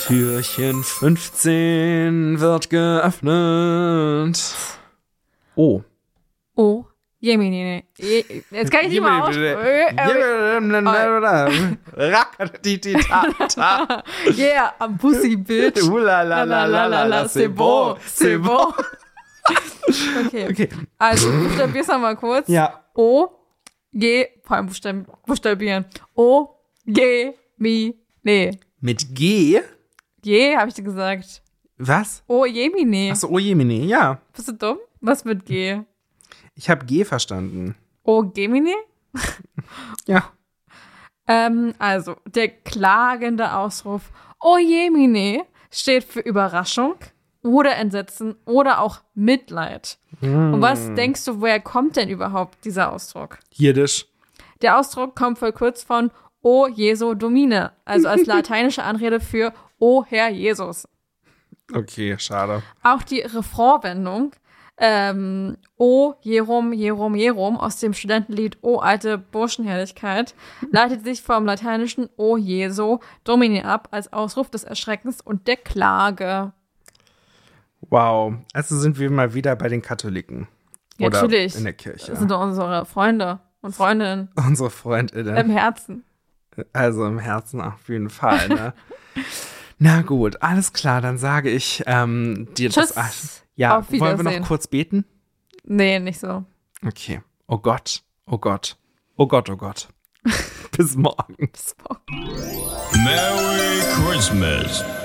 Türchen 15 wird geöffnet. Oh. Oh, Jemine. Je, jetzt kann ich nicht mal ne? Äh, aussprechen. äh. Rakatititata. äh, Yeah, am Pussy, Bitch. Uh, Ulalalalala, c'est beau, c'est beau. Okay. Okay. Also, buchstabier's nochmal kurz. Ja. O, G, vor allem buchstabieren. buchstabieren. O, G, Mi, Ne. Mit G? Je, habe ich dir gesagt. Was? O, Jemine. Achso, oh Jemine, ja. Bist du dumm? Was mit G? Ich habe G verstanden. O, Gemini? Ja. Ähm, also, der klagende Ausruf O Jemine steht für Überraschung oder Entsetzen oder auch Mitleid. Und was denkst du, woher kommt denn überhaupt dieser Ausdruck? Jiddisch. Der Ausdruck kommt vor kurz von O Jesu Domine, also als lateinische Anrede für O Herr Jesus. Okay, schade. Auch die Refrainwendung ähm, O Jerum, Jerum, Jerum aus dem Studentenlied O alte Burschenherrlichkeit leitet sich vom lateinischen O Jesu Domini ab als Ausruf des Erschreckens und der Klage. Wow. Also sind wir mal wieder bei den Katholiken. Ja, Oder natürlich. in der Das Kirche. sind doch unsere Freunde und Freundinnen Unsere Freundinnen. im Herzen. Also im Herzen auf jeden Fall, ne? Na gut, alles klar, dann sage ich ähm, dir das. Tschüss. Ach, ja, Auf wollen wir Wiedersehen. noch kurz beten? Nee, nicht so. Okay. Oh Gott, oh Gott, oh Gott, oh Gott. Bis morgen. Bis morgen. Merry Christmas.